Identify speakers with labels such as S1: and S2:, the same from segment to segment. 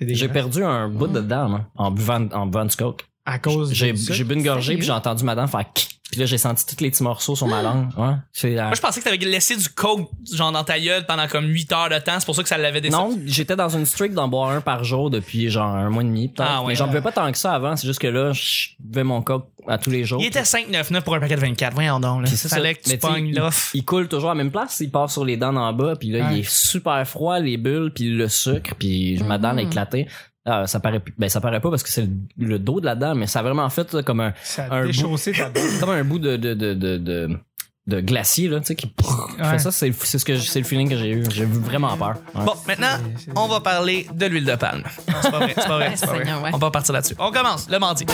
S1: J'ai perdu un bout de dent, moi, en buvant, en buvant du coke.
S2: À cause de
S1: J'ai
S2: ça.
S1: j'ai bu une gorgée,
S2: Sérieux?
S1: puis j'ai entendu madame faire kick. Puis là, j'ai senti tous les petits morceaux sur ma langue. Ouais. C'est la-
S3: Ah! Moi, je pensais que t'avais laissé du coke, genre, dans ta gueule pendant comme 8 heures de temps. C'est pour ça que ça l'avait descendu.
S1: Non, j'étais dans une streak d'en boire un par jour depuis genre un mois et demi. peut-être.
S3: Ah ouais.
S1: Mais j'en buvais pas tant que ça avant. C'est juste que là, je buvais mon coke à tous les jours.
S3: Il était 5,99 pour un paquet de 24. Voyons donc, là.
S1: Puis c'est ça.
S3: Fallait que tu
S1: Mais tu sais,
S3: pognes l'offre.
S1: Il coule toujours à la même place, il part sur les dents en bas, puis là,
S2: Ouais.
S1: il est super froid, les bulles, puis le sucre, puis je- ma dent a
S3: Mm.
S1: éclaté. Ah, ça paraît plus- ben ça paraît pas parce que c'est le, le dos de la dent, mais ça a vraiment fait là, comme un
S2: Ça a
S1: un
S2: déchaussé ta bouche.
S1: comme un bout de de de de, de- de glacier là, tu sais qui qui fait ça, c'est le- c'est ce que j'ai- c'est le feeling que j'ai eu, j'ai eu vraiment peur. Ouais.
S4: Ah,
S3: Bon, maintenant, on va parler de l'huile de palme. Non, C'est pas vrai, c'est pas vrai, c'est pas vrai.
S4: Ah, Seigneur, ouais.
S3: On va partir là-dessus. On commence, le mardi.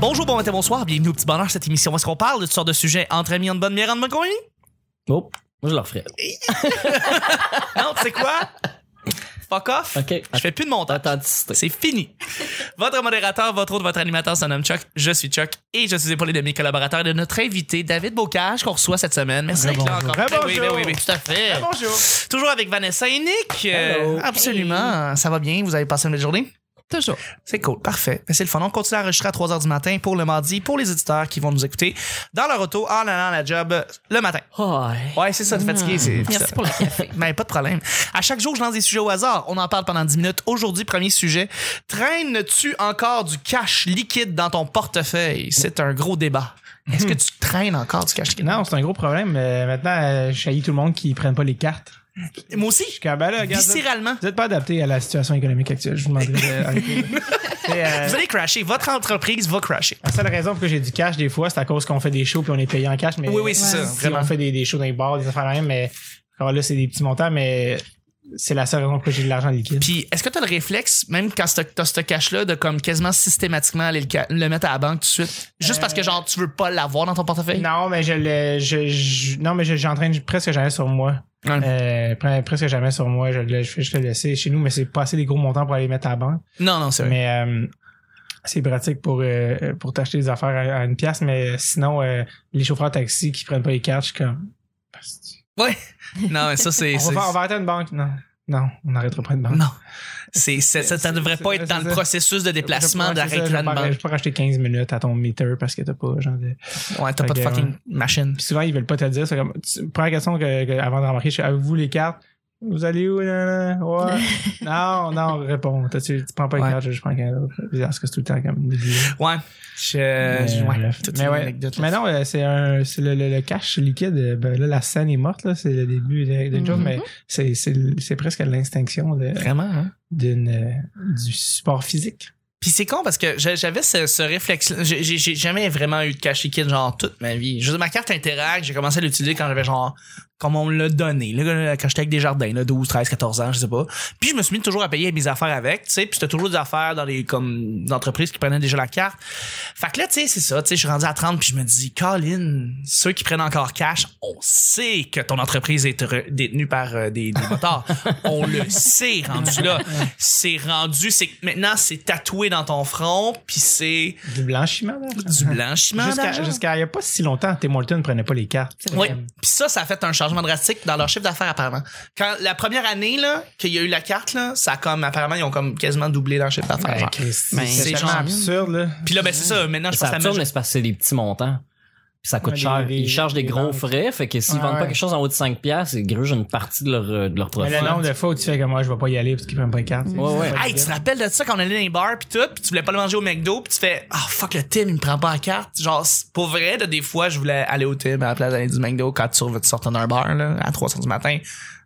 S3: Bonjour, bon matin, bonsoir, bienvenue au Petit Bonheur, cette émission où est-ce qu'on parle de toutes sortes de sujets entre amis, en bonne bière, en bonne compagnie?
S1: Oh, moi je le referais.
S3: Non, tu sais quoi? Fuck off.
S1: OK.
S3: Je fais plus de montage.
S1: Authenticité.
S3: C'est fini. Votre modérateur, votre autre, votre animateur se nomme Chuck. Je suis Chuck et je suis épaulé de mes collaborateurs et de notre invité, David Bocage, qu'on reçoit cette semaine. Merci d'être là
S2: bonjour.
S3: encore.
S2: Très
S3: Ben Oui,
S2: bonjour.
S3: ben oui, ben tout à fait.
S2: Bonjour.
S3: Toujours avec Vanessa et Nick. Euh,
S1: Hello.
S3: absolument. Ça va bien? Vous avez passé une belle journée?
S4: Toujours.
S3: C'est cool, parfait. Ben, c'est le fun. On continue à enregistrer à 3h du matin pour le mardi, pour les éditeurs qui vont nous écouter dans leur auto en allant à la job euh, le matin. Mm. Ouais, c'est ça, t'es fatigué. c'est-
S4: Merci pour le café.
S3: ben, pas de problème. À chaque jour, je lance des sujets au hasard. On en parle pendant 10 minutes. Aujourd'hui, premier sujet. Traînes-tu encore du cash liquide dans ton portefeuille? C'est un gros débat. Est-ce que tu traînes encore du cash liquide?
S2: Non, c'est un gros problème. Euh, maintenant, euh, je haïs tout le monde qui prennent pas les cartes.
S3: Moi
S2: Je suis
S3: aussi,
S2: comme, ben là, regarde, vous
S3: viscéralement.
S2: n'êtes pas adapté à la situation économique actuelle. Je vous demanderais d'arrêter. là. Mais, euh,
S3: Vous allez crasher. Votre entreprise va crasher.
S2: La seule raison pour que j'ai du cash, des fois, c'est à cause qu'on fait des shows puis on est payé en cash. Mais
S3: Oui, oui, c'est
S2: si
S3: ça, vraiment.
S2: on fait des, des shows dans les bars, des affaires de même, mais alors là, c'est des petits montants, mais c'est la seule raison pour que j'ai de l'argent liquide.
S3: Puis, est-ce que t'as le réflexe, même quand t'as t'as ce cash-là, de comme quasiment systématiquement aller le, ca- le mettre à la banque tout de suite? Juste parce que, genre, tu veux pas l'avoir dans ton portefeuille?
S2: Euh, Non, mais je le, je, je- non, mais je- j'entraîne presque jamais sur moi.
S3: Ouais.
S2: Euh, pre- presque jamais sur moi. Je, le- je fais juste le laisser chez nous, mais c'est pas assez des gros montants pour aller mettre à la banque.
S3: Non, non, c'est vrai.
S2: Mais euh, c'est pratique pour, euh, pour t'acheter des affaires à, à une pièce, mais sinon, euh, les chauffeurs de taxi qui prennent pas les cartes, je suis comme. Basti.
S3: Non, mais ça, c'est.
S2: On va,
S3: c'est-
S2: faire- on va arrêter une banque. Non, non, on n'arrêtera pas une banque.
S3: Non. C'est, c'est- ça, ça
S2: C'est-
S3: devrait
S2: c'est-
S3: pas être dans
S2: c'est
S3: le
S2: ça.
S3: processus de déplacement
S2: Je vais pas-
S3: d'arrêt
S2: c'est
S3: de
S2: ça,
S3: la
S2: je vais pas-
S3: banque.
S2: Je peux racheter 15 minutes à ton meter parce que t'as pas genre de.
S3: Ouais, t'as pas
S2: Fait
S3: de
S2: que, euh,
S3: fucking
S2: ouais.
S3: machine.
S2: Puis souvent ils veulent pas te le dire. C'est comme tu- première question que, que- avant de remarquer, je suis avez-vous les cartes Vous allez où Nan, nan, ouais. Non, non, réponds. T'as- Tu, tu prends pas les
S3: Ouais.
S2: cartes, je je prends quelqu'un d'autre. Puis, Parce que c'est tout le temps comme. des billets.
S3: Ouais. Je, je- ouais,
S2: bref.
S3: euh, toute
S2: mais,
S3: une
S2: Euh, ouais.
S3: anecdote, là.
S2: mais non, euh, c'est un, c'est le, le- le cash liquide. euh, Ben là, la scène est morte. Là, c'est le début de- d'une chose,
S4: Mhm.
S2: mais c'est, c'est, c'est presque l'extinction de,
S3: Vraiment, hein?
S2: d'une, euh, du support physique.
S3: Puis c'est con parce que j'a- j'avais ce, ce réflexe. J'ai, j'ai- j'ai jamais vraiment eu de cash liquide, genre, toute ma vie. Je veux dire, ma carte Interact, j'ai commencé à l'utiliser quand j'avais, genre, comme on me l'a donné. Là, quand j'étais avec des jardins, là, 12, 13, 14 ans, je sais pas. Puis je me suis mis toujours à payer mes affaires avec, tu sais. Puis c'était toujours des affaires dans les, comme, des entreprises qui prenaient déjà la carte. Fait que là, tu sais, c'est ça. Tu sais, je suis rendu à 30 puis je me dis, Colin, ceux qui prennent encore cash, on sait que ton entreprise est re- détenue par euh, des, des motards. on le sait, rendu là. C'est rendu, c'est maintenant, c'est tatoué dans ton front puis c'est
S2: Du blanchiment, là.
S3: du blanchiment.
S2: Jusqu'à,
S3: d'argent.
S2: jusqu'à il n'y a pas si longtemps, Tim Hortons ne prenait pas les cartes.
S3: Oui. Puis ça, ça a fait un changement drastique dans leur chiffre d'affaires, apparemment. Quand la première année, là, qu'il y a eu la carte, là, ça a comme, apparemment, ils ont comme quasiment doublé leur chiffre d'affaires.
S2: Ben,
S3: genre.
S2: Christ,
S4: Mais
S2: c'est
S3: c'est
S2: tellement
S3: genre-
S2: absurde, là.
S3: Puis là, ben, c'est ça. Maintenant, je
S1: Ça
S3: pense que
S1: absurde,
S3: la
S1: mais c'est parce que c'est des petits montants. Puis ça coûte
S2: Ouais,
S1: cher.
S2: les-
S1: Ils chargent des
S2: les
S1: gros
S2: banques.
S1: frais, fait que s'ils
S2: Ouais,
S1: vendent pas
S2: ouais.
S1: quelque chose en haut de 5$, piastres, ils grugent une partie de leur, euh, de leur
S2: Mais
S1: profit.
S2: le nombre de fois où tu fais comme moi, je vais pas y aller parce qu'ils prennent pas les cartes.
S1: Ouais, ouais.
S3: Hey, tu te rappelles de ça quand on allait dans les bars pis tout, pis tu voulais pas le manger au McDo, pis tu fais Ah fuck le Tim, il me prend pas la carte. Genre, c'est pour vrai, là, des fois, je voulais aller au Tim à la place d'aller du McDo quand tu veux- tu sortais d'un bar là, à 3h du matin.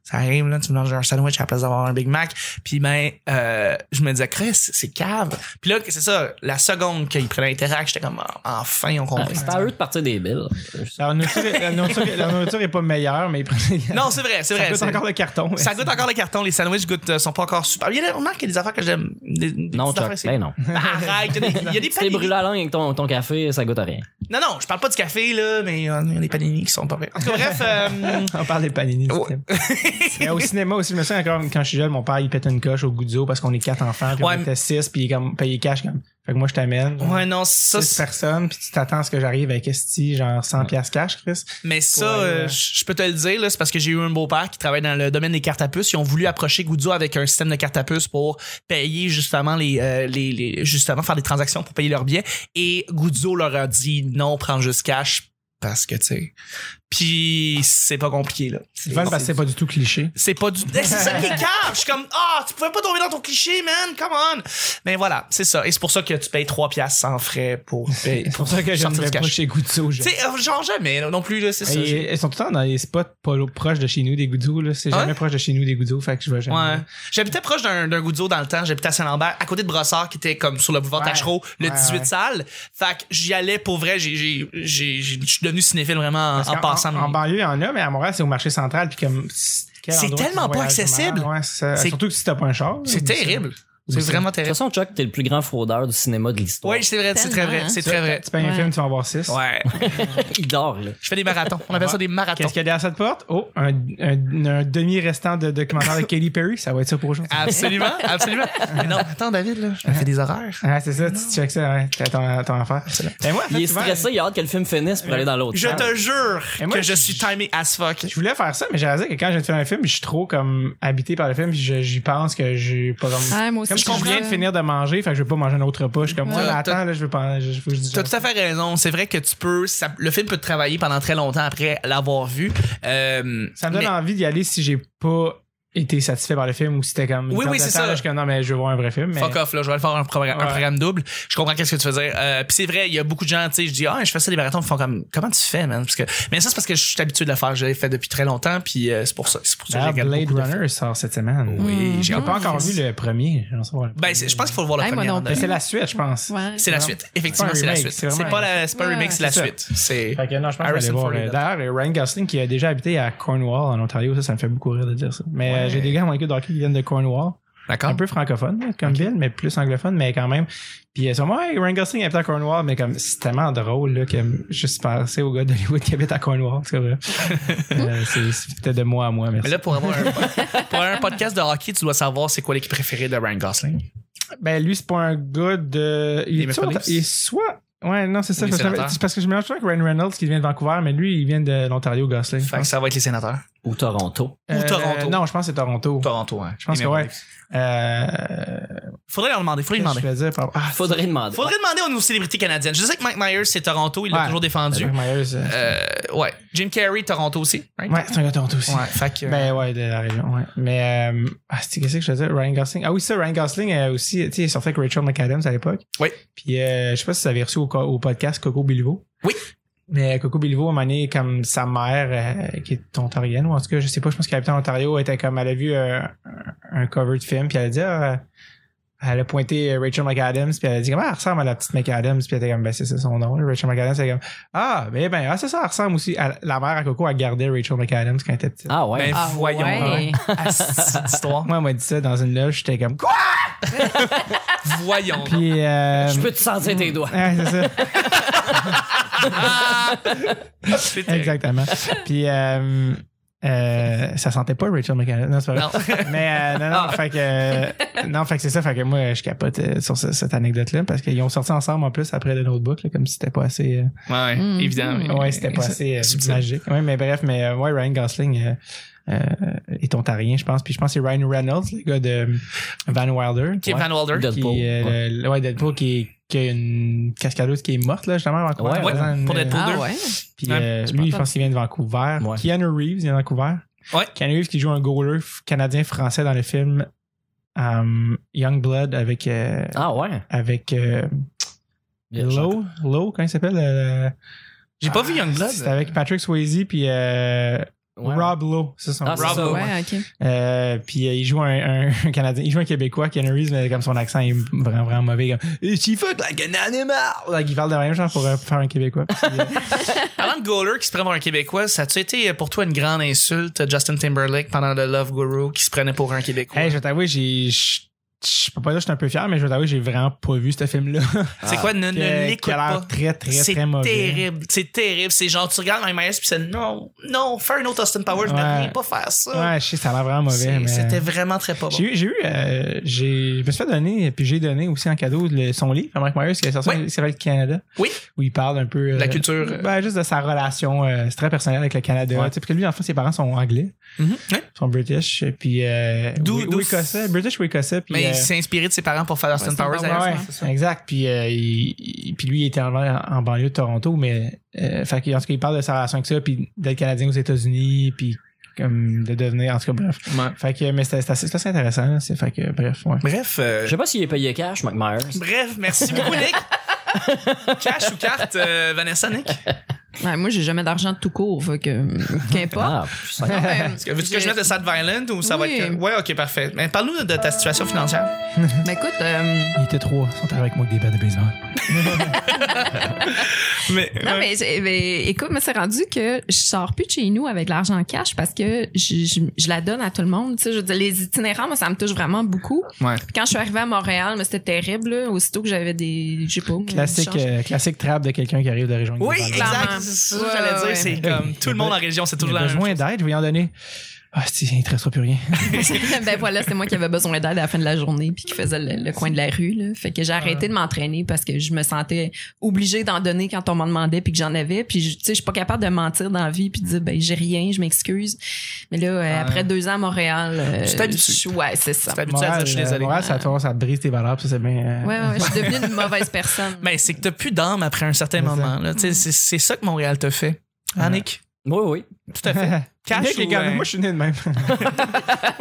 S3: Ça arrive, là, tu manges un sandwich à la place d'avoir un Big Mac. Puis ben, euh, je me disais, Chris, c'est cave. Puis là, c'est ça, la seconde qu'ils prenaient l'interact, j'étais comme enfin on
S1: Ah,
S3: comprend.
S1: C'est à eux de partir des billes.
S2: La nourriture, la, nourriture, la nourriture est pas meilleure, mais ils prennent les cartes.
S3: non, c'est vrai, c'est
S2: ça
S3: vrai.
S2: coûte
S3: c'est-
S2: encore le carton. mais-
S3: Ça goûte encore le carton, les sandwichs goûtent, euh, sont pas encore super. Il y a des, remarque, il y a des affaires que j'aime. Des- des
S1: Non,
S3: petites affaires,
S1: Chuck,
S3: c'est-
S1: ben non.
S3: Arrête, il y a des, il y a des
S1: Si t'es
S3: paniers.
S1: brûlé à la langue avec ton, ton café, ça goûte à rien.
S3: Non, non, je parle pas du café, là, mais euh, il y a des panini qui sont pas vrais. En tout cas, bref, euh,
S2: On parle des panini. du
S3: Ouais.
S2: cinéma. Mais au cinéma aussi, je me souviens encore quand je suis jeune, mon père il pète une coche au Guzzo parce qu'on est quatre enfants, puis
S3: Ouais,
S2: on
S3: mais-
S2: était six, puis il est comme payé cash comme Fait que moi, je t'amène. genre,
S3: Ouais, non, ça,
S2: six
S3: c'est-
S2: personnes, puis tu t'attends à ce que j'arrive avec Esti, genre 100 piastres cash, Chris.
S3: mais ça,
S2: Ouais,
S3: euh,
S2: ouais.
S3: je je peux te le dire, là, c'est parce que j'ai eu un beau-père qui travaille dans le domaine des cartes à puces. Ils ont voulu approcher Guzzo avec un système de cartes à puces pour payer justement les, euh, les, les- justement faire des transactions pour payer leurs billets. Et Guzzo leur a dit non, prends juste cash parce que tu sais. Puis c'est pas compliqué là.
S2: C'est le fun parce que c'est pas du tout cliché.
S3: C'est pas du. Eh, C'est ça qui est grave. Je suis comme, ah, tu pouvais pas tomber dans ton cliché, man. Come on. Mais voilà, c'est ça. Et c'est pour ça que tu payes 3 piastres sans frais pour payer.
S2: C'est pour ça que je ne
S3: sortir
S2: vais
S3: du
S2: pas
S3: cash.
S2: chez Guzzo. je-
S3: Tu sais, euh, genre jamais là, non plus, là, c'est ça.
S2: Et- Elles sont tout le temps dans les spots pas lo- proches de chez nous, des Guzzo. là. C'est
S3: Ah
S2: jamais
S3: ouais?
S2: proche de chez nous, des Guzzo. Fait que je vais jamais.
S3: Ouais. J'habitais proche d'un d'un Guzzo dans le temps. J'habitais à Saint-Lambert, à côté de Brossard, qui était comme sur le boulevard
S2: Ouais.
S3: Tachereau, le
S2: Ouais,
S3: 18
S2: ouais.
S3: salle. Fait que j'y allais pour vrai. J'ai- j'ai- j'ai- j'ai- Je suis devenu cinéphile vraiment en,
S2: Parce
S3: en
S2: qu'en-
S3: passant.
S2: En, banlieue, il y en a, mais à Montréal, c'est au marché central. Puis comme. quel
S3: C'est
S2: endroit
S3: tellement
S2: tu
S3: pas
S2: voyages
S3: accessible.
S2: vraiment, ouais, c'est ça.
S3: C'est-
S2: Surtout que si t'as pas un char. là,
S3: c'est
S2: mais
S3: terrible.
S2: mais
S3: C'est
S2: c'est-
S3: vraiment
S1: De
S3: terrible.
S1: toute façon, Chuck, t'es le plus grand fraudeur du cinéma de l'histoire.
S3: Oui, c'est vrai, c'est très
S4: Tellement,
S3: vrai.
S4: hein.
S3: C'est
S2: Tu-
S3: très vrai.
S2: Tu payes un
S4: Ouais.
S2: film, tu vas en voir six.
S3: Ouais.
S1: Il dort, là.
S3: Je fais des marathons. On appelle ça des marathons.
S2: Qu'est-ce qu'il y a derrière cette porte? Oh, un, un- un demi-restant de documentaire de Katy Perry. Ça va être ça pour aujourd'hui.
S3: Ah. Absolument, absolument. Mais non, attends, David, là, je me fais des horaires.
S2: Ah, c'est ça, tu checks ça, ouais. T'as ton, ton affaire. Et moi, en fait,
S1: Il est
S2: souvent,
S1: stressé, il a hâte que le film finisse pour aller dans l'autre.
S3: Je
S1: salle.
S3: te jure
S2: Et moi,
S3: que je
S2: je-
S3: suis timé as fuck.
S2: Je voulais faire ça, mais j'ai réalisé que quand je viens de faire un film, je suis trop comme habité par le film, puis je- j'y pense que j'ai pas comme.
S4: Ah, moi aussi,
S2: comme
S4: je
S2: si je viens de
S4: comprends.
S2: finir de manger, fait que je vais pas manger un autre repas. Je suis comme,
S4: Ouais.
S2: ouais, mais
S3: T'as-
S2: attends, là, je veux pas. Je, faut que je dise-
S3: T'as tout à fait raison. C'est vrai que tu peux. ça- le film peut te travailler pendant très longtemps après l'avoir vu. Euh,
S2: Ça me donne
S3: mais-
S2: envie d'y aller si j'ai pas été satisfait par le film ou si c'était comme. une
S3: Oui,
S2: perte
S3: oui,
S2: de
S3: c'est
S2: temps,
S3: ça.
S2: là, je suis comme, non, mais je veux voir un vrai film. Mais...
S3: Fuck off, là, je vais le faire un programme, un
S2: Ouais.
S3: programme double. Je comprends qu'est-ce que tu veux dire. Euh, Puis c'est vrai, il y a beaucoup de gens, tu sais, je dis, ah, je fais ça des marathons, ils font comme, comment tu fais, man? Parce que, mais ça, c'est parce que je suis habitué de le faire, je l'ai fait depuis très longtemps, puis euh, c'est pour ça, c'est pour ça que
S2: Ah,
S3: j'ai
S2: Blade
S3: beaucoup de-
S2: Runner sort cette semaine.
S3: Oui, j'ai
S2: J'ai
S3: pas.
S2: pas encore vu le premier. j'aimerais savoir le
S3: Ben, c'est- je pense qu'il faut le voir le
S4: Hey, moi
S3: premier.
S4: non
S3: avant de-
S2: Mais c'est la suite, je pense.
S4: Ouais.
S3: C'est la suite. Effectivement,
S2: C'est
S3: c'est
S2: pas un
S3: la
S2: remake,
S3: suite.
S2: c'est
S3: C'est
S2: vraiment
S3: pas
S2: un-
S3: la, c'est pas un
S4: Ouais,
S3: remake, c'est la
S2: c'est ça.
S3: suite. C'est.
S2: Fait que non, je pense que je vais aller
S3: Harrison
S2: voir.
S3: Ford est
S2: euh,
S3: là.
S2: D'ailleurs, euh, Ryan Gosling qui a déjà habité à Cornwall, en Ontario, ça, ça me fait beaucoup rire de dire ça. Mais euh,
S3: Ouais.
S2: j'ai des gars, mon équipe d'hockey, qui viennent de Cornwall.
S3: D'accord.
S2: Un peu francophone, là, comme Bill, mais plus anglophone, mais quand même. Puis ils sont comme, ouais, Ryan Gosling habite à Cornwall, mais comme, c'est tellement drôle, là, que je suis passé au gars d'Hollywood qui habite à Cornwall, c'est vrai. Euh, c'est- C'était de moi à moi, merci.
S3: Mais là, pour avoir un, pour avoir un podcast de hockey, tu dois savoir c'est quoi l'équipe préférée de Ryan Gosling.
S2: Ben, lui, c'est pas un gars de. Il
S3: Les
S2: est soit.
S3: Maple Leafs?
S2: il est soit... Ouais, non, c'est ça.
S3: Ou les
S2: parce que-
S3: Sénateurs?
S2: C'est parce que je mélange toujours avec Ryan Reynolds qui vient de Vancouver, mais lui, il vient de l'Ontario, Gosling. je
S3: Fait que
S2: pense.
S3: ça va être les sénateurs.
S1: Ou Toronto.
S3: Ou Toronto.
S2: Non, je pense que c'est Toronto.
S3: Toronto, hein.
S2: Je pense que ouais. Euh,
S3: Faudrait leur demander, faudrait
S2: qu'est-ce
S3: leur demander.
S2: que je voulais dire par- Ah,
S1: Faudrait demander.
S3: Faudrait demander aux nos célébrités canadiennes. Je sais que Mike Myers, c'est Toronto, il l'a
S2: Ouais.
S3: toujours défendu.
S2: Jack Myers, euh,
S3: Euh, ouais. Jim Carrey, Toronto aussi, right?
S2: Ouais, c'est un gars de Toronto aussi.
S3: Ouais, fait que.
S2: Ben ouais, de la région, ouais. Mais, euh, ah, c'est- qu'est-ce que je faisais? Ryan Gosling. Ah oui, ça, Ryan Gosling euh, aussi, tu sais, il sortait avec Rachel McAdams à l'époque.
S3: Oui.
S2: Puis, euh, je sais pas si vous avez reçu au, co- au podcast Coco Bilbo.
S3: Oui.
S2: Mais euh, Coco Bilbo, à un moment donné, comme sa mère, euh, qui est ontarienne, ou en tout cas, je sais pas, je pense qu'elle habitait en Ontario, elle était comme, elle a vu euh, un, un cover de film, puis elle a dit, ah, elle a pointé euh, Rachel McAdams, puis elle a dit, comment elle ressemble à la petite McAdams, puis elle était comme, ben, c'est ça son nom, là, Rachel McAdams, elle est comme, ah, ben, ben, ah, c'est ça, elle ressemble aussi. à- la mère à Coco, elle gardait Rachel McAdams quand elle était petite.
S1: Ah ouais.
S3: Ben,
S4: Ah,
S3: voyons.
S4: ouais.
S3: cette histoire.
S2: Moi, elle m'a dit ça dans une loge, j'étais comme quoi?
S3: Voyons.
S2: Puis, euh,
S1: je peux te sentir tes doigts.
S2: ouais, c'est ça,
S3: C'est terrible.
S2: exactement. Puis, euh, euh, ça sentait pas Rachel McAdams. Non, c'est pas vrai.
S3: Non.
S2: Mais euh, non, non, fait que, euh, non, fait que c'est ça. Fait que moi, je capote euh, sur ce- cette anecdote-là parce qu'ils ont sorti ensemble en plus après le notebook, là, comme si c'était pas assez. euh,
S3: Ouais, ouais,
S4: Mm.
S3: évidemment. mais-
S2: ouais, c'était pas
S3: ça-
S2: assez euh,
S3: subtil.
S2: magique. Oui, mais bref, mais euh, ouais, Ryan Gosling euh, euh, est ontarien, je pense. Puis je pense que c'est Ryan Reynolds, le gars de Van Wilder.
S3: Kim
S2: Ouais.
S3: Van Wilder.
S1: De- Deadpool.
S2: Qui, euh, le- le- ouais, Deadpool qui, est- qui a une cascadeuse qui est morte, là, justement, à Vancouver.
S1: Ouais,
S3: ouais,
S2: Dans une-
S3: pour Deadpool.
S4: Ah ouais.
S2: Puis,
S3: Ouais,
S2: euh, lui, je pense qu'il vient de Vancouver.
S1: Ouais.
S2: Keanu Reeves, il est de Vancouver.
S3: Ouais.
S2: Keanu Reeves qui joue un goaler f- canadien-français dans le film um, Young Blood avec, euh,
S1: Ah ouais.
S2: avec euh, Lowe. Lowe, comment il s'appelle euh,
S3: J'ai pas
S2: Ah,
S3: vu Youngblood.
S2: C'est avec Patrick Swayzy puis euh,
S1: Ouais.
S2: Rob Lowe. C'est son
S1: Ah,
S2: nom.
S1: c'est ça, ouais.
S4: Ouais, ok.
S2: Euh, puis euh, il joue un, un, un Canadien, il joue un Québécois, Ken Reeves, mais comme son accent est vraiment, vraiment mauvais. Comme, Eh, she fuck like an animal! Like, il parle de même genre pour euh, faire un Québécois. Puis, euh,
S3: Parlant de goaler qui se prend pour un Québécois, ça a-tu été euh, pour toi une grande insulte, Justin Timberlake, pendant le Love Guru, qui se prenait pour un Québécois?
S2: hey, je vais t'avouer, j'ai, je je peux pas dire que je suis un peu fier, mais je dois t'avouer, j'ai vraiment pas vu ce film-là.
S3: C'est quoi, ne, ne
S2: Qui
S3: l'écoute
S2: a
S3: pas.
S2: l'air très, très,
S3: C'est
S2: très mauvais.
S3: terrible, c'est terrible. C'est genre, tu regardes My Myers pis c'est non, non, fais un autre Austin Powers, mais
S2: Ouais.
S3: rien pas faire ça.
S2: Ouais, je sais, ça a l'air vraiment
S3: C'est-
S2: mauvais. mais-
S3: C'était vraiment très pas bon.
S2: J'ai eu, j'ai eu, euh, j'ai, je me suis fait donner, puis j'ai donné aussi en cadeau le- son livre, à Mike Myers, qui est sorti,
S3: Oui.
S2: qui s'appelle Canada.
S3: Oui.
S2: Où il parle un peu.
S3: De la
S2: euh,
S3: culture. euh,
S2: ben, juste de sa relation, euh, c'est très personnel avec le Canada.
S1: Ouais.
S2: tu sais, Parce que lui, en fait, ses parents sont anglais,
S3: mhm, ouais.
S2: sont british, et puis. Euh,
S3: D'où-
S2: ou-
S3: d'où-
S2: ou écossais, british ou écossais, puis.
S3: Mais
S2: euh,
S3: il s'est inspiré de ses parents pour faire Austin
S1: Austin
S3: Powers.
S1: Powers,
S3: d'ailleurs,
S2: ouais,
S3: c'est ça.
S2: exact. Puis, euh, il- il- puis lui, il était en, en banlieue de Toronto, mais euh, fait qu'il- en tout cas, il parle de sa relation avec ça, puis d'être Canadien aux États-Unis, puis comme de devenir, en tout cas, bref. Fait que, mais c'est assez, c'est assez intéressant, là. C'est, fait que, bref, ouais.
S3: Bref.
S1: Je
S3: euh,
S1: sais pas s'il est payé cash, Mike Myers.
S3: Bref, merci beaucoup, Nick. Cash ou carte, euh, Vanessa, Nick?
S4: Ouais, moi, j'ai jamais d'argent de tout court, fait que qu'importe.
S1: Ah, putain.
S4: Non, mais-
S3: Est-ce que- Veux-tu que je
S4: J'ai-
S3: mette de Sad Violent ou ça
S4: Oui.
S3: va être. Ouais, ok, parfait. Mais parle-nous de ta situation financière.
S4: Ben, écoute, euh,
S2: Il était trois, ils sont arrivés avec moi avec des bats de baseball.
S3: Mais,
S4: non, mais, j'ai- mais écoute, moi, c'est rendu que je sors plus de chez nous avec l'argent cash parce que je, je, je la donne à tout le monde. Tu sais, je veux dire, les itinérants, moi, ça me touche vraiment beaucoup.
S3: Ouais.
S4: Puis quand je suis arrivée à Montréal, mais c'était terrible, là, aussitôt que j'avais des, je sais pas.
S2: Classique,
S4: des changes.
S2: euh, classique trap de quelqu'un qui arrive de région.
S3: Oui,
S4: Clairement.
S3: exact. C'est ça que j'allais dire.
S4: Ouais,
S3: C'est
S2: ouais.
S3: comme tout le monde en région, c'est
S2: J'ai
S3: toujours la même chose.
S2: besoin d'aide, je vais y en donner. Ah, si, il ne te restera plus rien.
S4: ben voilà, c'est moi qui avais besoin d'aide à la fin de la journée puis qui faisait le, le coin de la rue. Là. Fait que j'ai arrêté de m'entraîner parce que je me sentais obligée d'en donner quand on m'en demandait puis que j'en avais. Puis je- tu sais, je suis pas capable de mentir dans la vie puis de dire ben j'ai rien, je m'excuse. Mais là, euh,
S3: Ah.
S4: après deux ans à Montréal, euh,
S3: Tu t'habitues.
S4: je- ouais, c'est ça.
S3: C'est habituel,
S2: Moral,
S3: je suis
S2: euh,
S3: désolé.
S2: moral, ça, tourne, ça te brise tes valeurs, puis ça, c'est bien. euh,
S4: Ouais, ouais, je suis devenue une mauvaise personne.
S3: Mais c'est que t'as plus d'âme après un certain
S2: C'est ça.
S3: moment. là. Tu sais, C'est c'est ça que Montréal te fait. Hein,
S2: Ouais.
S3: Nick?
S1: Oui, oui.
S3: Tout à fait. Cash
S2: Nick,
S3: ou,
S2: les gars,
S3: euh,
S2: Moi, je suis né de même.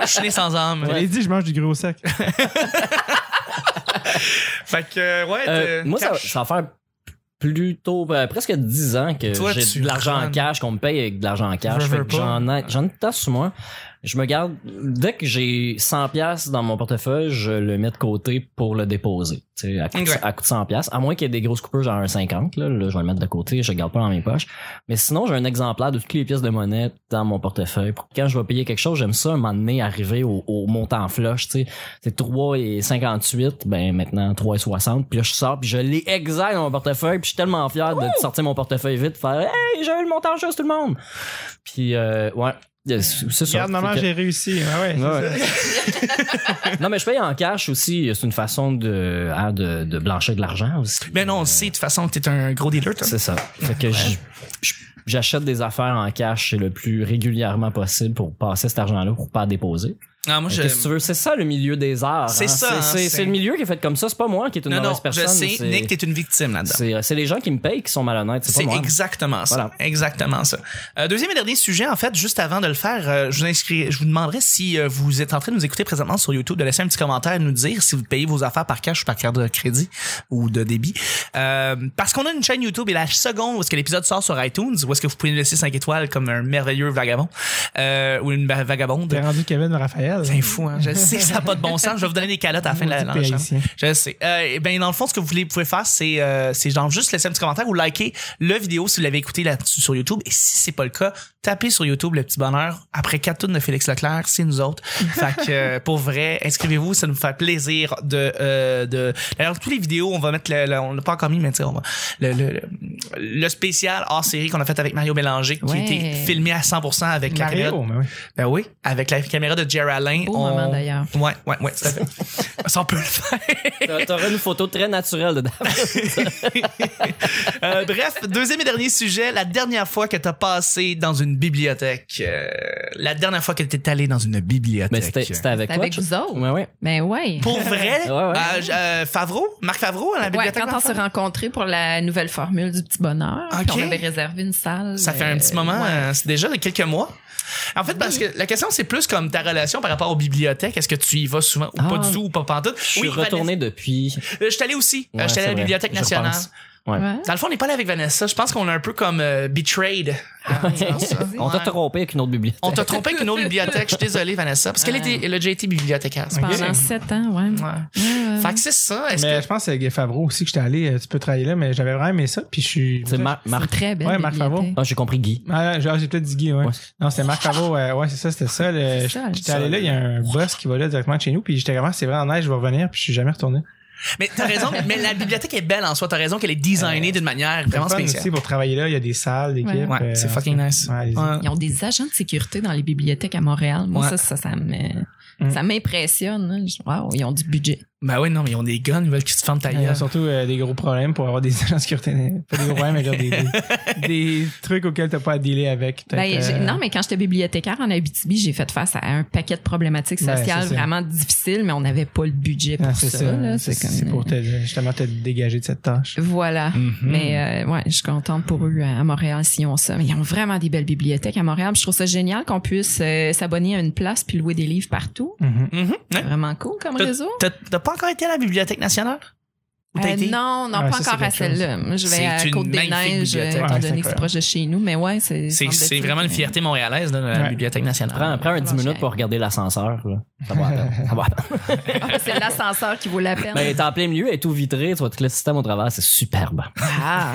S3: Je suis né sans âme.
S2: J'avais dit, je mange du gros sac.
S3: Fait que, euh, ouais.
S1: Euh,
S3: t'es-
S1: moi, ça,
S3: cash.
S1: ça va faire plutôt euh, presque 10 ans que
S3: Toi,
S1: j'ai
S3: tu
S1: de l'argent en
S3: runs.
S1: cash, qu'on me paye avec de l'argent en cash.
S3: Je
S1: Fait
S3: veux
S1: que
S3: pas.
S1: J'en ai, j'en ai une tasse sur moi. Je me garde, dès que j'ai 100 pièces dans mon portefeuille, je le mets de côté pour le déposer. Tu sais, à coût, de-
S3: Ok.
S1: à coût de 100 pièces. À moins qu'il y ait des grosses coupures, genre un 50, là, là, je vais le mettre de côté, je le garde pas dans mes poches. Mais sinon, j'ai un exemplaire de toutes les pièces de monnaie dans mon portefeuille. Pour quand je vais payer quelque chose, j'aime ça, un moment donné, arriver au, au montant flush, tu sais. C'est 3,58, ben maintenant 3,60. Puis là, je sors, puis je l'ai exact dans mon portefeuille. Puis je suis tellement fier de sortir mon portefeuille vite, faire Hey, j'ai eu le montant juste tout le monde. Puis, euh, ouais, c'est c'est ça.
S2: Regarde, maman,
S1: Fait que-
S2: j'ai réussi. Ah ouais.
S1: Ouais, ouais. non, mais je paye en cash aussi. C'est une façon de, hein, de, de blanchir de l'argent aussi.
S3: Mais Ben non, on le sait, de toute façon, t'es un gros dealer, toi.
S1: C'est ça. Fait que j- j- j'achète des affaires en cash le plus régulièrement possible pour passer cet argent-là pour pas déposer.
S3: Ah, moi,
S1: Mais
S3: je.
S1: Qu'est-ce que tu veux? C'est ça le milieu des arts.
S3: C'est
S1: hein.
S3: ça, hein,
S1: C'est- C'est
S3: c'est-
S1: c'est le milieu qui est fait comme ça. C'est pas moi qui est une
S3: Non,
S1: mauvaise
S3: non,
S1: personne.
S3: je sais,
S1: c'est-
S3: Nick, t'es une victime là-dedans.
S1: c'est c'est les gens qui me payent qui sont malhonnêtes. C'est
S3: C'est
S1: pas moi.
S3: exactement ça.
S1: Voilà.
S3: Exactement ça. Euh, deuxième et dernier sujet, en fait, juste avant de le faire, euh, je vous inscris, je vous demanderai si euh, vous êtes en train de nous écouter présentement sur YouTube, de laisser un petit commentaire et nous dire si vous payez vos affaires par cash ou par carte de crédit ou de débit. Euh, parce qu'on a une chaîne YouTube et la seconde où est-ce que l'épisode sort sur iTunes, où est-ce que vous pouvez nous laisser 5 étoiles comme un merveilleux vagabond euh, ou une va- vagabonde.
S2: T'es rendu Kevin Raphaël.
S3: C'est fou, hein? Je sais que ça n'a pas de bon sens. Je vais vous donner des calottes à la fin de la, dans la chambre.
S2: Haïtien.
S3: Je sais. Euh, eh ben, dans le fond, ce que vous voulez- pouvez faire, c'est euh, c'est genre juste laisser un petit commentaire ou liker le vidéo si vous l'avez écouté là-dessus sur YouTube. Et si c'est pas le cas, tapez sur YouTube le petit bonheur après quatre tours de Félix Leclerc, c'est nous autres. fait que euh, pour vrai, inscrivez-vous, ça nous fait plaisir de euh, de. D'ailleurs, toutes les vidéos, on va mettre le, le- on l'a pas encore mis, mais tu sais, on va le, le, le- le spécial hors série qu'on a fait avec Mario Bélanger, qui a
S4: Ouais.
S3: été filmé à 100% avec la caméra.
S2: Mario, oh, mais oui.
S3: Ben oui, avec la caméra de Jerry Allen.
S4: Beau moment, d'ailleurs.
S3: Ouais, ouais, ouais, tout à fait. ça on peut le faire.
S1: T'a- T'aurais une photo très naturelle dedans.
S3: Euh, bref, deuxième et dernier sujet, la dernière fois que t'as passé dans une bibliothèque, euh, la dernière fois que t'es allé dans une bibliothèque.
S1: Mais c'était c'était avec
S4: C'était
S1: toi.
S4: avec
S1: Chuck?
S4: vous autres.
S1: Ouais, ouais.
S4: Ben ouais.
S3: Pour vrai?
S1: Ouais, ouais.
S3: Euh, j- euh, Favreau? Marc Favreau à la
S4: Ouais,
S3: bibliothèque?
S4: quand on s'est rencontrés pour la nouvelle formule du petit bonheur, puis
S3: Ok.
S4: on avait réservé une salle.
S3: Ça fait un
S4: euh,
S3: petit moment,
S4: ouais.
S3: euh, c'est déjà quelques mois. En fait, parce que la question, c'est plus comme ta relation par rapport aux bibliothèques. Est-ce que tu y vas souvent ou pas
S1: Ah.
S3: du tout ou pas pantoute?
S1: Je suis
S3: Oui, Vanessa-
S1: retourné depuis.
S3: Euh, Je suis allé aussi. Euh,
S1: Ouais,
S3: je suis allé à
S1: c'est
S3: la
S1: vrai.
S3: Bibliothèque
S1: Je
S3: nationale.
S1: repense. Ouais.
S3: Dans le fond, on n'est pas là avec Vanessa. Je pense qu'on est un peu comme euh, betrayed.
S4: Ah,
S3: en disant Ah, ça.
S1: On t'a
S3: Ouais.
S1: trompé avec une autre bibliothèque.
S3: On t'a trompé avec une autre bibliothèque. Je suis désolé, Vanessa. Parce qu'elle était, elle a déjà été bibliothécaire. ça.
S2: Ok.
S4: Pendant sept ans, ouais.
S3: Ouais.
S4: Ouais, ouais.
S3: Fait que c'est ça. Est-ce
S2: Mais
S3: que...
S2: je pense que c'est Guy Favreau aussi que j'étais allé. euh, Tu peux travailler là, mais j'avais vraiment aimé ça. Puis je suis.
S1: C'est Mar-
S4: C'est une
S1: Marc.
S4: très belle.
S2: Ouais, Marc Favreau.
S4: bibliothèque.
S1: Ah, j'ai compris Guy.
S2: Ah, genre, j'ai peut-être dit Guy, ouais.
S1: Ouais.
S2: Non, c'était Marc Favreau. Ouais, ouais, c'est ça, c'était ça. le-
S4: C'est ça,
S2: J'étais
S4: ça.
S2: allé là, il y a un boss qui va là directement de chez nous. Puis j'étais vraiment, c'est vraiment nice, je vais revenir. Puis je suis jamais retourné.
S3: Mais t'as raison. mais la bibliothèque est belle en soi. T'as raison qu'elle est designée d'une manière
S2: C'est
S3: vraiment
S2: fun aussi
S3: spéciale.
S2: pour travailler là. Il y a des salles, des
S4: Ouais.
S2: équipes. euh,
S3: Ouais, c'est fucking nice.
S2: Ouais, allez-y.
S3: Ouais.
S4: Ils ont des agents de sécurité dans les bibliothèques à Montréal. Moi,
S3: Ouais.
S4: ça, ça, ça me-
S2: Mm.
S4: ça m'impressionne. hein. Je- Wow, ils ont du budget.
S3: Ben oui, non, mais ils ont des guns. Ils veulent que tu te fermes ta
S2: Il y a
S3: gueule.
S2: surtout euh, des gros problèmes pour avoir des agents de sécurité. Pas des gros problèmes, mais genre des, des- des trucs auxquels t'as pas à dealer avec.
S4: Ben,
S2: Peut-être,
S4: j'ai-
S2: euh,
S4: Non, mais quand j'étais bibliothécaire en Abitibi, j'ai fait face à un paquet de problématiques
S2: Ouais,
S4: sociales
S2: c'est ça.
S4: vraiment difficiles, mais on n'avait pas le budget pour
S2: ah,
S4: ça.
S2: c'est ça.
S4: là.
S2: c'est
S4: C'est
S2: c'est
S4: comme- euh,
S2: pour Mm. te, justement te dégager de cette tâche.
S4: Voilà.
S3: Mhm.
S4: Mais euh, ouais, je suis contente pour eux euh, à à Montréal s'ils ont ça. Mais ils ont vraiment des belles bibliothèques à Montréal. Je trouve ça génial qu'on puisse euh, s'abonner à une place puis louer des livres partout.
S2: Mhm.
S3: Mhm. Ouais.
S4: C'est vraiment cool comme réseau.
S3: T'as- T'as pas encore été à la bibliothèque nationale? Ou t'as
S4: Euh,
S3: été?
S4: non, non,
S2: Ah,
S4: pas
S2: ça, c'est
S4: encore à
S2: quelque chose.
S4: celle-là. Moi, Je vais
S3: C'est
S4: à
S3: une magnifique
S4: Côte-des-Neiges, euh,
S3: bibliothèque.
S4: étant donné
S2: Ouais, c'est
S4: que c'est
S2: incroyable.
S4: proche de chez nous. Mais ouais, c'est.
S3: C'est
S4: semble-t-il
S3: c'est vraiment une
S4: que-
S3: fierté montréalaise, là, la
S2: Ouais.
S3: bibliothèque nationale.
S1: Prends, prends un 10
S4: Alors,
S1: minutes
S4: j'ai-
S1: pour regarder l'ascenseur. là. Ça va à peine. Ça va à peine.
S4: Ah, c'est l'ascenseur qui vaut la peine.
S1: Ben, t'es en plein milieu, elle est tout vitrée, tu vois tout le système au travers, c'est superbe.
S4: Ah,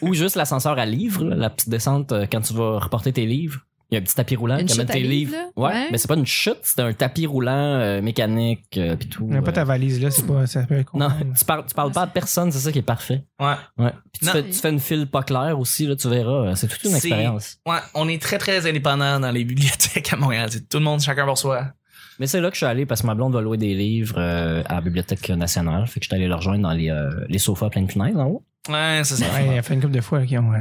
S1: Ou juste l'ascenseur à livres, là, la petite descente euh, quand tu vas reporter tes livres. Il y a un petit tapis roulant
S4: Une
S1: qui amène
S4: chute à
S1: tes
S4: livres,
S1: livres.
S4: là?
S1: Ouais,
S4: Ouais.
S1: mais c'est pas une chute, c'est un tapis roulant euh, mécanique euh, pis tout.
S2: Mais
S1: euh.
S2: pas ta valise, là, c'est pas, ça peut être
S1: Non,
S2: con.
S1: tu parles, tu parles pas à personne, c'est ça qui est parfait.
S3: Ouais.
S1: Ouais. Puis tu,
S3: Non.
S1: fais, tu fais une file pas claire aussi, là, tu verras. euh, C'est toute une
S3: C'est-
S1: expérience.
S3: Ouais, on est très, très indépendants dans les bibliothèques à Montréal. C'est Tout le monde, chacun pour soi.
S1: Mais c'est là que je suis allé parce que ma blonde va louer des livres euh, à la Bibliothèque nationale. Fait que je suis allé le rejoindre dans les, euh, les sofas plein de fenêtres en haut.
S3: Ouais, c'est ça.
S2: Ouais, il y a fait une couple de fois qui ont. euh,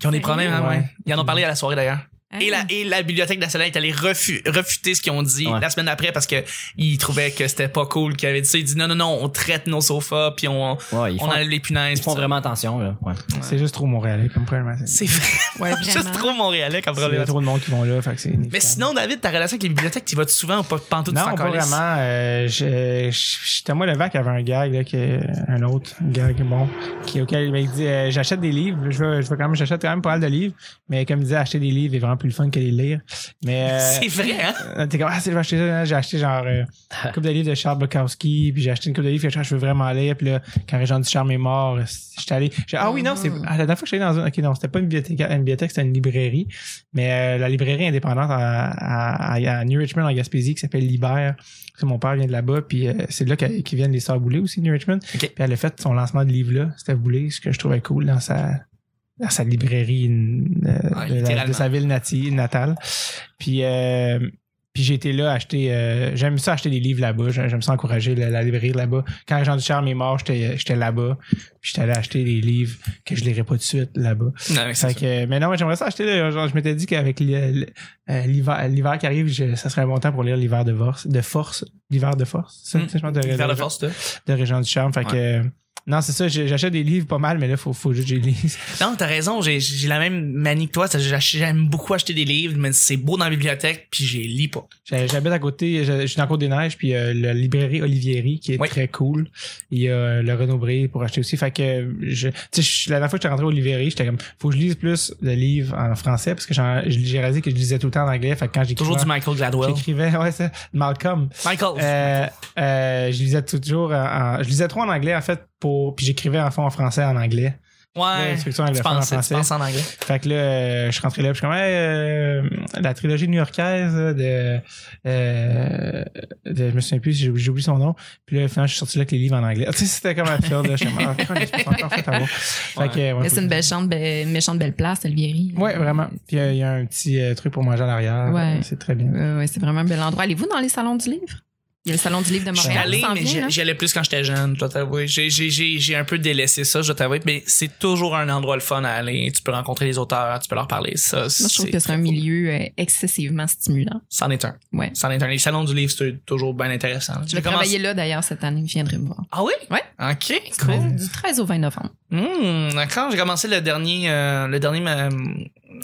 S3: Qui ont des problèmes, hein,
S2: Ouais.
S3: ouais. Ils en ont parlé à la soirée, d'ailleurs. ah. Et la, et la Bibliothèque nationale est allée refu- refuter ce qu'ils ont dit
S1: Ouais.
S3: la semaine d'après parce que ils trouvaient que c'était pas cool qu'ils avaient dit ça. Ils disent non, non, non, on traite nos sofas puis on,
S1: Ouais, ils
S3: on
S1: font,
S3: enlève les punaises.
S1: ils font
S3: puis ça.
S1: vraiment attention. Là. Ouais.
S2: C'est juste trop montréalais comme problème. C'est
S3: C'est
S4: Ah. Ouais,
S3: vraiment juste
S4: vraiment.
S3: trop montréalais comme
S2: il y a
S3: problème.
S2: trop de monde qui vont là, fait que c'est.
S3: Mais
S2: inévitable.
S3: sinon, David, ta relation avec les bibliothèques, tu vas souvent ou pas pantoute tu
S2: Non,
S3: t'en
S2: pas
S3: calisses?
S2: vraiment. Euh, je- je- J'étais moi le vac avait un gag, là, qui est un autre gag, bon, qui, auquel il dit euh, j'achète des livres, je veux, je veux quand même, j'achète quand même pas mal de livres, mais comme il disait, acheter des livres est vraiment plus le fun que les lire. Mais euh,
S3: C'est vrai, hein?
S2: Euh, T'es comme, ah, c'est je vais acheter ça. J'ai acheté genre euh, une coupe de livres de Charles Bukowski, puis j'ai acheté une coupe de livres que je veux vraiment lire. Puis là, quand Régent Ducharme est mort, euh, j'étais allé. j'ai- Ah oui, non, c'est. ah, la dernière fois que j'étais allé dans une. Ok, non, c'était pas une bibliothèque, une bibliothèque, c'était une librairie. Mais euh, la librairie indépendante à, à- à- à New Richmond, en Gaspésie, qui s'appelle Libère. Parce que mon père vient de là-bas, puis euh, c'est de là que- qu'ils viennent les sœurs Boulay aussi, New Richmond.
S3: Ok.
S2: Puis elle a fait son lancement de livre-là, c'était Boulay, ce que je trouvais cool dans sa, dans sa librairie
S3: Ouais,
S2: euh, de, la-
S3: Ah, littéralement.
S2: de sa ville nati- natale. Puis, euh, puis j'ai été là acheter. euh, j'aime ça acheter des livres là-bas. J'aime j'aime ça encourager la, la librairie là-bas. Quand Jean Ducharme est mort, j'étais j'étais là-bas. Puis j'étais allé acheter des livres que je lirais pas tout de suite là-bas.
S3: Non, mais c'est ça.
S2: Fait que, euh, mais non, mais j'aimerais ça acheter. là. Genre, je m'étais dit qu'avec li- li- euh, l'hiver l'hiver qui arrive, je- ça serait un bon temps pour lire l'hiver de force. De force. L'hiver de force. C'est
S3: Mm.
S2: ça, je pense, de,
S3: Faire la
S2: de-
S3: force, toi.
S2: de Régent Ducharme. Fait que. euh, Non, c'est ça, j'ai- j'achète des livres pas mal, mais là, faut, faut juste que je les lise.
S3: Non, t'as raison, j'ai, j'ai la même manie que toi. ça, j'ach- J'aime beaucoup acheter des livres, mais c'est beau dans la bibliothèque, puis j'ai lis pas.
S2: J'ha- J'habite à côté, je je suis dans Côte-des-Neiges, puis euh, la librairie Olivieri, qui est
S3: Oui.
S2: très cool. Il y a euh, le Renaud Bré pour acheter aussi. Fait que, je, tu sais, je- la dernière fois que j'étais rentré à Olivieri, j'étais comme, faut que je lise plus de livres en français, parce que j'en- j'ai réalisé que je lisais tout le temps en anglais. Fait que quand j'écrivais.
S3: Toujours du Michael Gladwell.
S2: J'écrivais, ouais, ça, Malcolm.
S3: Michael.
S2: Euh, euh, je lisais toujours, en- en- je lisais trop en anglais, en fait, pour, puis j'écrivais en fond en français, en anglais.
S3: ouais. Tu
S2: l'instruction anglophone en
S3: penses, tu
S2: français.
S3: penses en anglais.
S2: Fait que là, euh, je suis rentré là, puis je suis comme, Hey, euh, la trilogie new-yorkaise de, euh, de- Je me souviens plus, j'ai j'ai oublié son nom. Puis là, finalement, je suis sorti là avec les livres en anglais. Tu sais, c'était comme absurde. là. Je suis comme, Ah, je me suis encore fait avoir. Fait que, ouais,
S4: Mais c'est une belle chambre, belle- méchante belle place, Olivieri.
S2: Ouais, vraiment. Puis euh, il y a un petit euh, truc pour manger à l'arrière.
S4: Ouais.
S2: C'est très bien.
S4: Ouais, ouais, c'est vraiment un bel endroit. Allez-vous dans les salons du livre? Il y a le salon du livre de
S3: Je suis
S4: Montréal.
S3: allé,
S4: qui s'en
S3: mais
S4: vient,
S3: j'y-
S4: là.
S3: j'y allais plus quand j'étais jeune, je dois t'avouer. J'ai, j'ai, j'ai, j'ai un peu délaissé ça, je dois t'avouer, mais c'est toujours un endroit le fun à aller. Tu peux rencontrer les auteurs, tu peux leur parler. Ça,
S4: Moi, je trouve que c'est un milieu euh, excessivement stimulant.
S3: C'en est un.
S4: Ouais.
S3: C'en est un. Les salons du livre, c'est toujours bien intéressant.
S4: Je vais travailler là d'ailleurs cette année, je viendrai me voir.
S3: Ah oui?
S4: Ouais.
S3: OK, cool.
S4: Du 13 au 20 novembre.
S3: Hmm, d'accord, j'ai commencé le dernier, euh, le dernier, ma-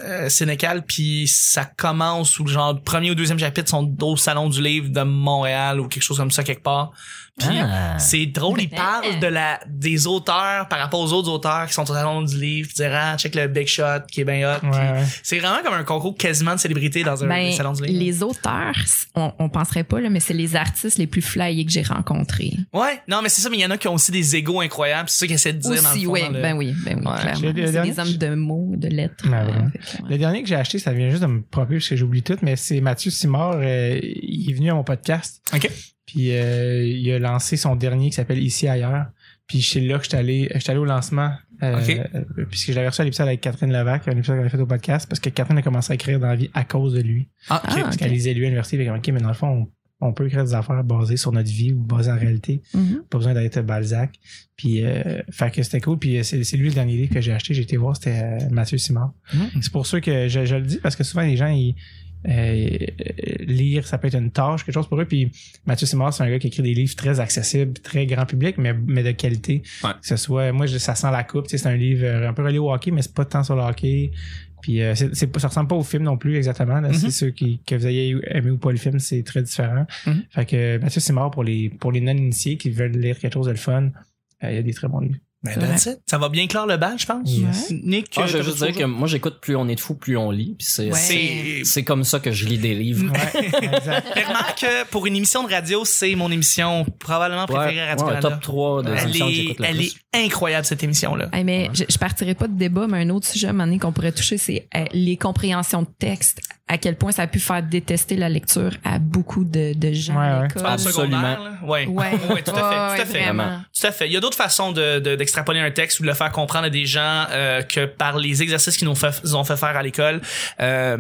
S3: euh, Sénécal, puis ça commence où genre le premier ou deuxième chapitre sont au salon du livre de Montréal ou quelque chose comme ça quelque part. Puis
S1: Ah.
S3: c'est drôle, ils
S4: Ouais.
S3: parlent de la des auteurs par rapport aux autres auteurs qui sont au salon du livre, puis dire ah check le Big Shot qui est bien hot.
S2: Ouais,
S3: Puis
S2: ouais.
S3: C'est vraiment comme un concours quasiment de célébrité dans un
S4: Ben,
S3: des salons du livre.
S4: les auteurs, on, on penserait pas, là, mais c'est les artistes les plus flyés que j'ai rencontrés.
S3: Ouais, non mais c'est ça, mais il y en a qui ont aussi des égos incroyables, c'est ça qu'ils essaient de dire dans le
S4: Aussi,
S3: fond,
S4: ouais,
S3: dans le-
S4: ben oui, ben oui,
S3: Ouais.
S4: clairement.
S2: J'ai- le
S4: C'est
S2: dernier- Ben
S4: des hommes de mots, de lettres.
S2: Ouais, vraiment.
S4: euh, fait que, ouais.
S2: Le dernier que j'ai acheté, ça vient juste de me propre parce que j'oublie tout, mais c'est Mathieu Simard. euh, il est venu à mon podcast.
S3: Ok.
S2: Puis euh, il a lancé son dernier qui s'appelle Ici ailleurs. Puis c'est là que j'étais allé, j'étais allé au lancement. euh,
S3: Ok.
S2: euh, Puisque je l'avais reçu à l'épisode avec Catherine Levac, un épisode qu'on avait fait au podcast, parce que Catherine a commencé à écrire dans la vie à cause de lui.
S3: Ah,
S4: Ah,
S2: Parce
S4: ok.
S2: qu'elle lisait lui à l'université, fait comme, OK, mais dans le fond, on, on peut écrire des affaires basées sur notre vie ou basées en réalité
S4: Mhm.
S2: pas besoin d'être Balzac. Puis, euh, fait que c'était cool. Puis, euh, c'est c'est lui le dernier livre que j'ai acheté. J'ai été voir, c'était euh, Mathieu Simard.
S3: Mhm.
S2: C'est pour ça que je, je le dis, parce que souvent, les gens, ils, euh, lire, ça peut être une tâche, quelque chose pour eux. Puis, Mathieu Simard, c'est un gars qui écrit des livres très accessibles, très grand public, mais, mais de qualité.
S3: Ouais.
S2: Que ce soit, moi, je- ça sent la coupe. Tu sais, c'est un livre euh, un peu relié au hockey, mais c'est pas tant sur le hockey. Puis, euh, c'est- c'est pas- ça ressemble pas au film non plus, exactement. là.
S3: Mhm.
S2: C'est ceux qui, que vous ayez aimé ou pas le film, c'est très différent. Fait que Mathieu c'est mort pour les, pour les non-initiés qui veulent lire quelque chose de le fun. Euh, Il y a des très bons livres.
S3: Ben, that's it. Ça va bien clore le bal, je pense.
S2: Yes.
S3: Nick,
S1: Ah,
S3: euh,
S1: je veux
S3: t'as
S1: juste
S3: d'autres
S1: dire que moi, j'écoute plus on est de fou, plus on lit. Puis c'est
S4: Ouais.
S3: C'est.
S1: c'est comme ça que je lis des livres.
S2: Ouais, exact.
S3: Mais remarque que pour une émission de radio, c'est mon émission probablement préférée à
S1: Ouais,
S3: Radio
S1: ouais,
S3: Canada.
S1: top 3 des
S3: elle
S1: émissions que
S3: est,
S1: j'écoute le
S3: elle
S1: plus.
S3: est incroyable cette émission là.
S4: Hey, mais je, je partirai pas de débat, mais un autre sujet à un moment donné qu'on pourrait toucher, c'est euh, les compréhensions de texte. À quel point ça a pu faire détester la lecture à beaucoup de, de gens
S2: Ouais,
S4: à
S2: ouais.
S4: l'école.
S1: Ah, absolument.
S3: Ouais.
S4: Ouais.
S3: Ouais, tout à fait, tout à
S4: Ouais,
S3: fait.
S4: Vraiment.
S3: Tout à fait. Il y a d'autres façons de- de- d'extrapoler un texte ou de le faire comprendre à des gens euh, que par les exercices qu'ils nous, fait- nous ont fait faire à l'école. Euh,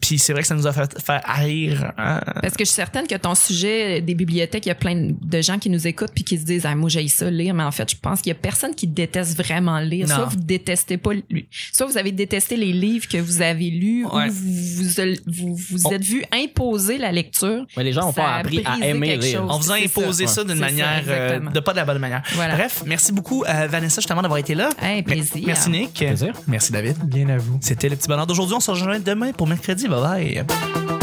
S3: Puis c'est vrai que ça nous a fait faire haïr. hein.
S4: Parce que je suis certaine que ton sujet des bibliothèques, il y a plein de gens qui nous écoutent puis qui se disent, ah, moi, j'ai ça lire, mais en fait, je pense qu'il y a personne qui déteste vraiment lire.
S3: Non.
S4: Soit vous détestez pas, lu- soit vous avez détesté les livres que vous avez lus,
S3: Ouais.
S4: ou vous vous, vous, vous
S1: On-
S4: êtes vu imposer la lecture.
S1: Mais les gens ont
S4: Ça
S1: pas
S4: a
S1: appris à
S4: brisé
S1: aimer
S4: quelque
S1: lire.
S4: chose.
S3: On vous a
S4: C'est ça.
S3: imposé ça,
S4: Ouais.
S3: d'une
S4: C'est ça,
S3: manière, euh,
S4: exactement.
S3: de pas de la bonne manière.
S4: Voilà.
S3: Bref, merci beaucoup, euh, Vanessa, justement, d'avoir été là.
S4: Hey, plaisir.
S3: Merci, Nick.
S1: Plaisir.
S3: Merci, David.
S2: Bien à vous.
S3: C'était le petit bonheur d'aujourd'hui. On se rejoint demain pour mercredi. Bye bye.